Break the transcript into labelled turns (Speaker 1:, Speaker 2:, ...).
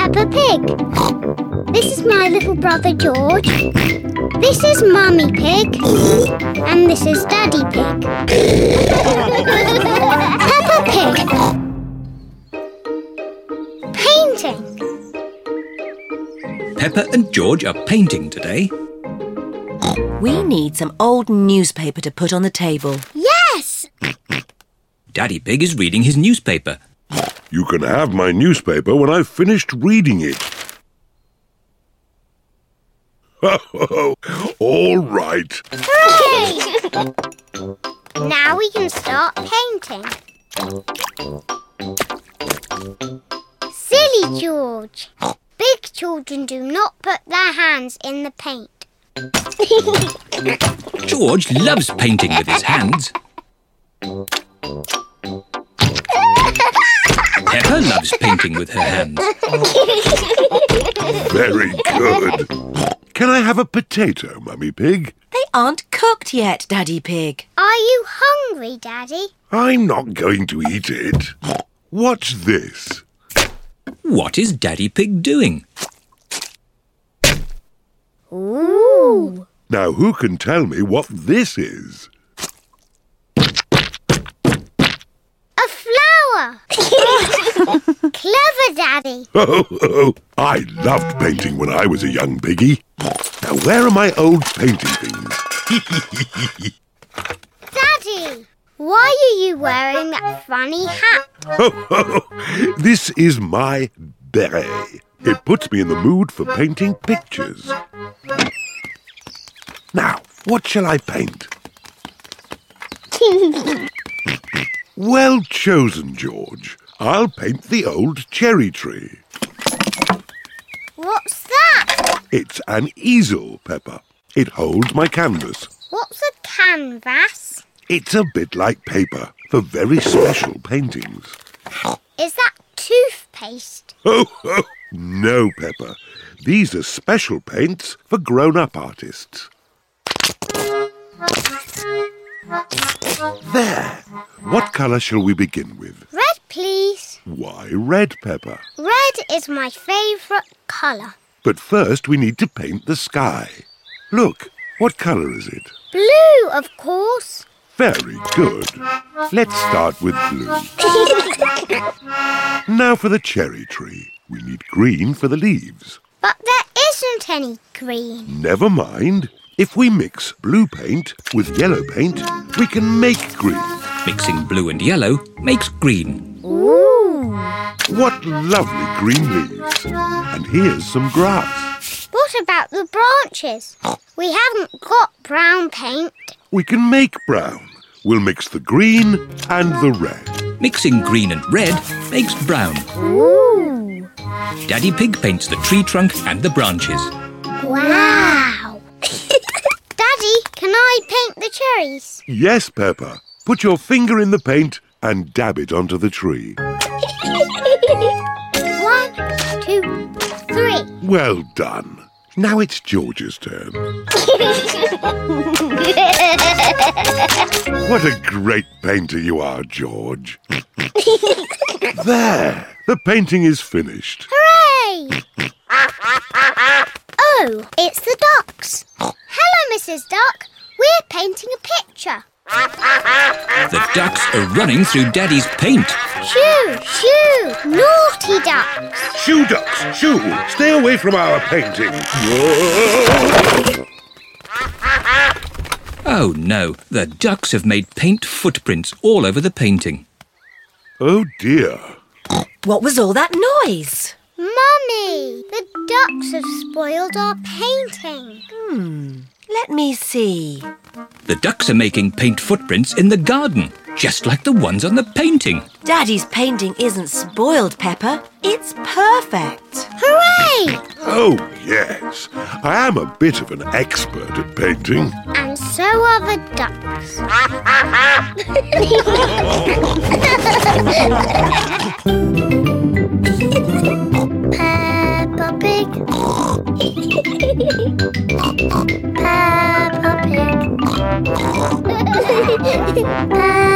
Speaker 1: Pig. This is my little brother George. This is Mummy Pig. And this is Daddy Pig. Peppa Pig. Painting.
Speaker 2: Pepper and George are painting today.
Speaker 3: We need some old newspaper to put on the table.
Speaker 1: Yes!
Speaker 2: Daddy Pig is reading his newspaper.
Speaker 4: You can have my newspaper when I've finished reading it. All right.
Speaker 1: Hooray! now we can start painting. Silly George. Big children do not put their hands in the paint.
Speaker 2: George loves painting with his hands. Pepper loves painting with her hands.
Speaker 4: Very good. Can I have a potato, Mummy Pig?
Speaker 3: They aren't cooked yet, Daddy Pig.
Speaker 1: Are you hungry, Daddy?
Speaker 4: I'm not going to eat it. What's this?
Speaker 2: What is Daddy Pig doing?
Speaker 1: Ooh.
Speaker 4: Now, who can tell me what this is?
Speaker 1: A flower. Clever, Daddy.
Speaker 4: Oh, oh, I loved painting when I was a young piggy. Now, where are my old painting things?
Speaker 1: Daddy, why are you wearing that funny hat?
Speaker 4: This is my beret. It puts me in the mood for painting pictures. Now, what shall I paint? Well chosen, George. I'll paint the old cherry tree.
Speaker 1: What's that?
Speaker 4: It's an easel, Pepper. It holds my canvas.
Speaker 1: What's a canvas?
Speaker 4: It's a bit like paper for very special paintings.
Speaker 1: Is that toothpaste?
Speaker 4: No, Pepper. These are special paints for grown-up artists. There. What colour shall we begin with?
Speaker 1: Red, please.
Speaker 4: Why red, Pepper?
Speaker 1: Red is my favourite colour.
Speaker 4: But first we need to paint the sky. Look, what colour is it?
Speaker 1: Blue, of course.
Speaker 4: Very good. Let's start with blue. Now for the cherry tree. We need green for the leaves.
Speaker 1: But there isn't any green.
Speaker 4: Never mind. If we mix blue paint with yellow paint, we can make green.
Speaker 2: Mixing blue and yellow makes green.
Speaker 4: What lovely green leaves. And here's some grass.
Speaker 1: What about the branches? We haven't got brown paint.
Speaker 4: We can make brown. We'll mix the green and the red.
Speaker 2: Mixing green and red makes brown. Daddy Pig paints the tree trunk and the branches.
Speaker 1: Wow. Daddy, can I paint the cherries?
Speaker 4: Yes, Peppa. Put your finger in the paint and dab it onto the tree.
Speaker 1: One, two, three.
Speaker 4: Well done. Now it's George's turn. What a great painter you are, George. there. The painting is finished.
Speaker 1: Hooray! oh, it's the ducks. Hello, Mrs. Duck. We're painting a picture.
Speaker 2: The ducks are running through Daddy's paint.
Speaker 1: Shoo, shoo, naughty duck.
Speaker 4: Shoo, ducks, shoo! Stay away from our painting.
Speaker 2: Oh no, the ducks have made paint footprints all over the painting.
Speaker 4: Oh dear.
Speaker 3: What was all that noise?
Speaker 1: Mummy, the ducks have spoiled our painting.
Speaker 3: Let me see.
Speaker 2: The ducks are making paint footprints in the garden, just like the ones on the painting.
Speaker 3: Daddy's painting isn't spoiled, Pepper. It's perfect.
Speaker 1: Hooray!
Speaker 4: Oh yes. I am a bit of an expert at painting.
Speaker 1: And so are the ducks. Peppa Pig. Peppa Pig. Peppa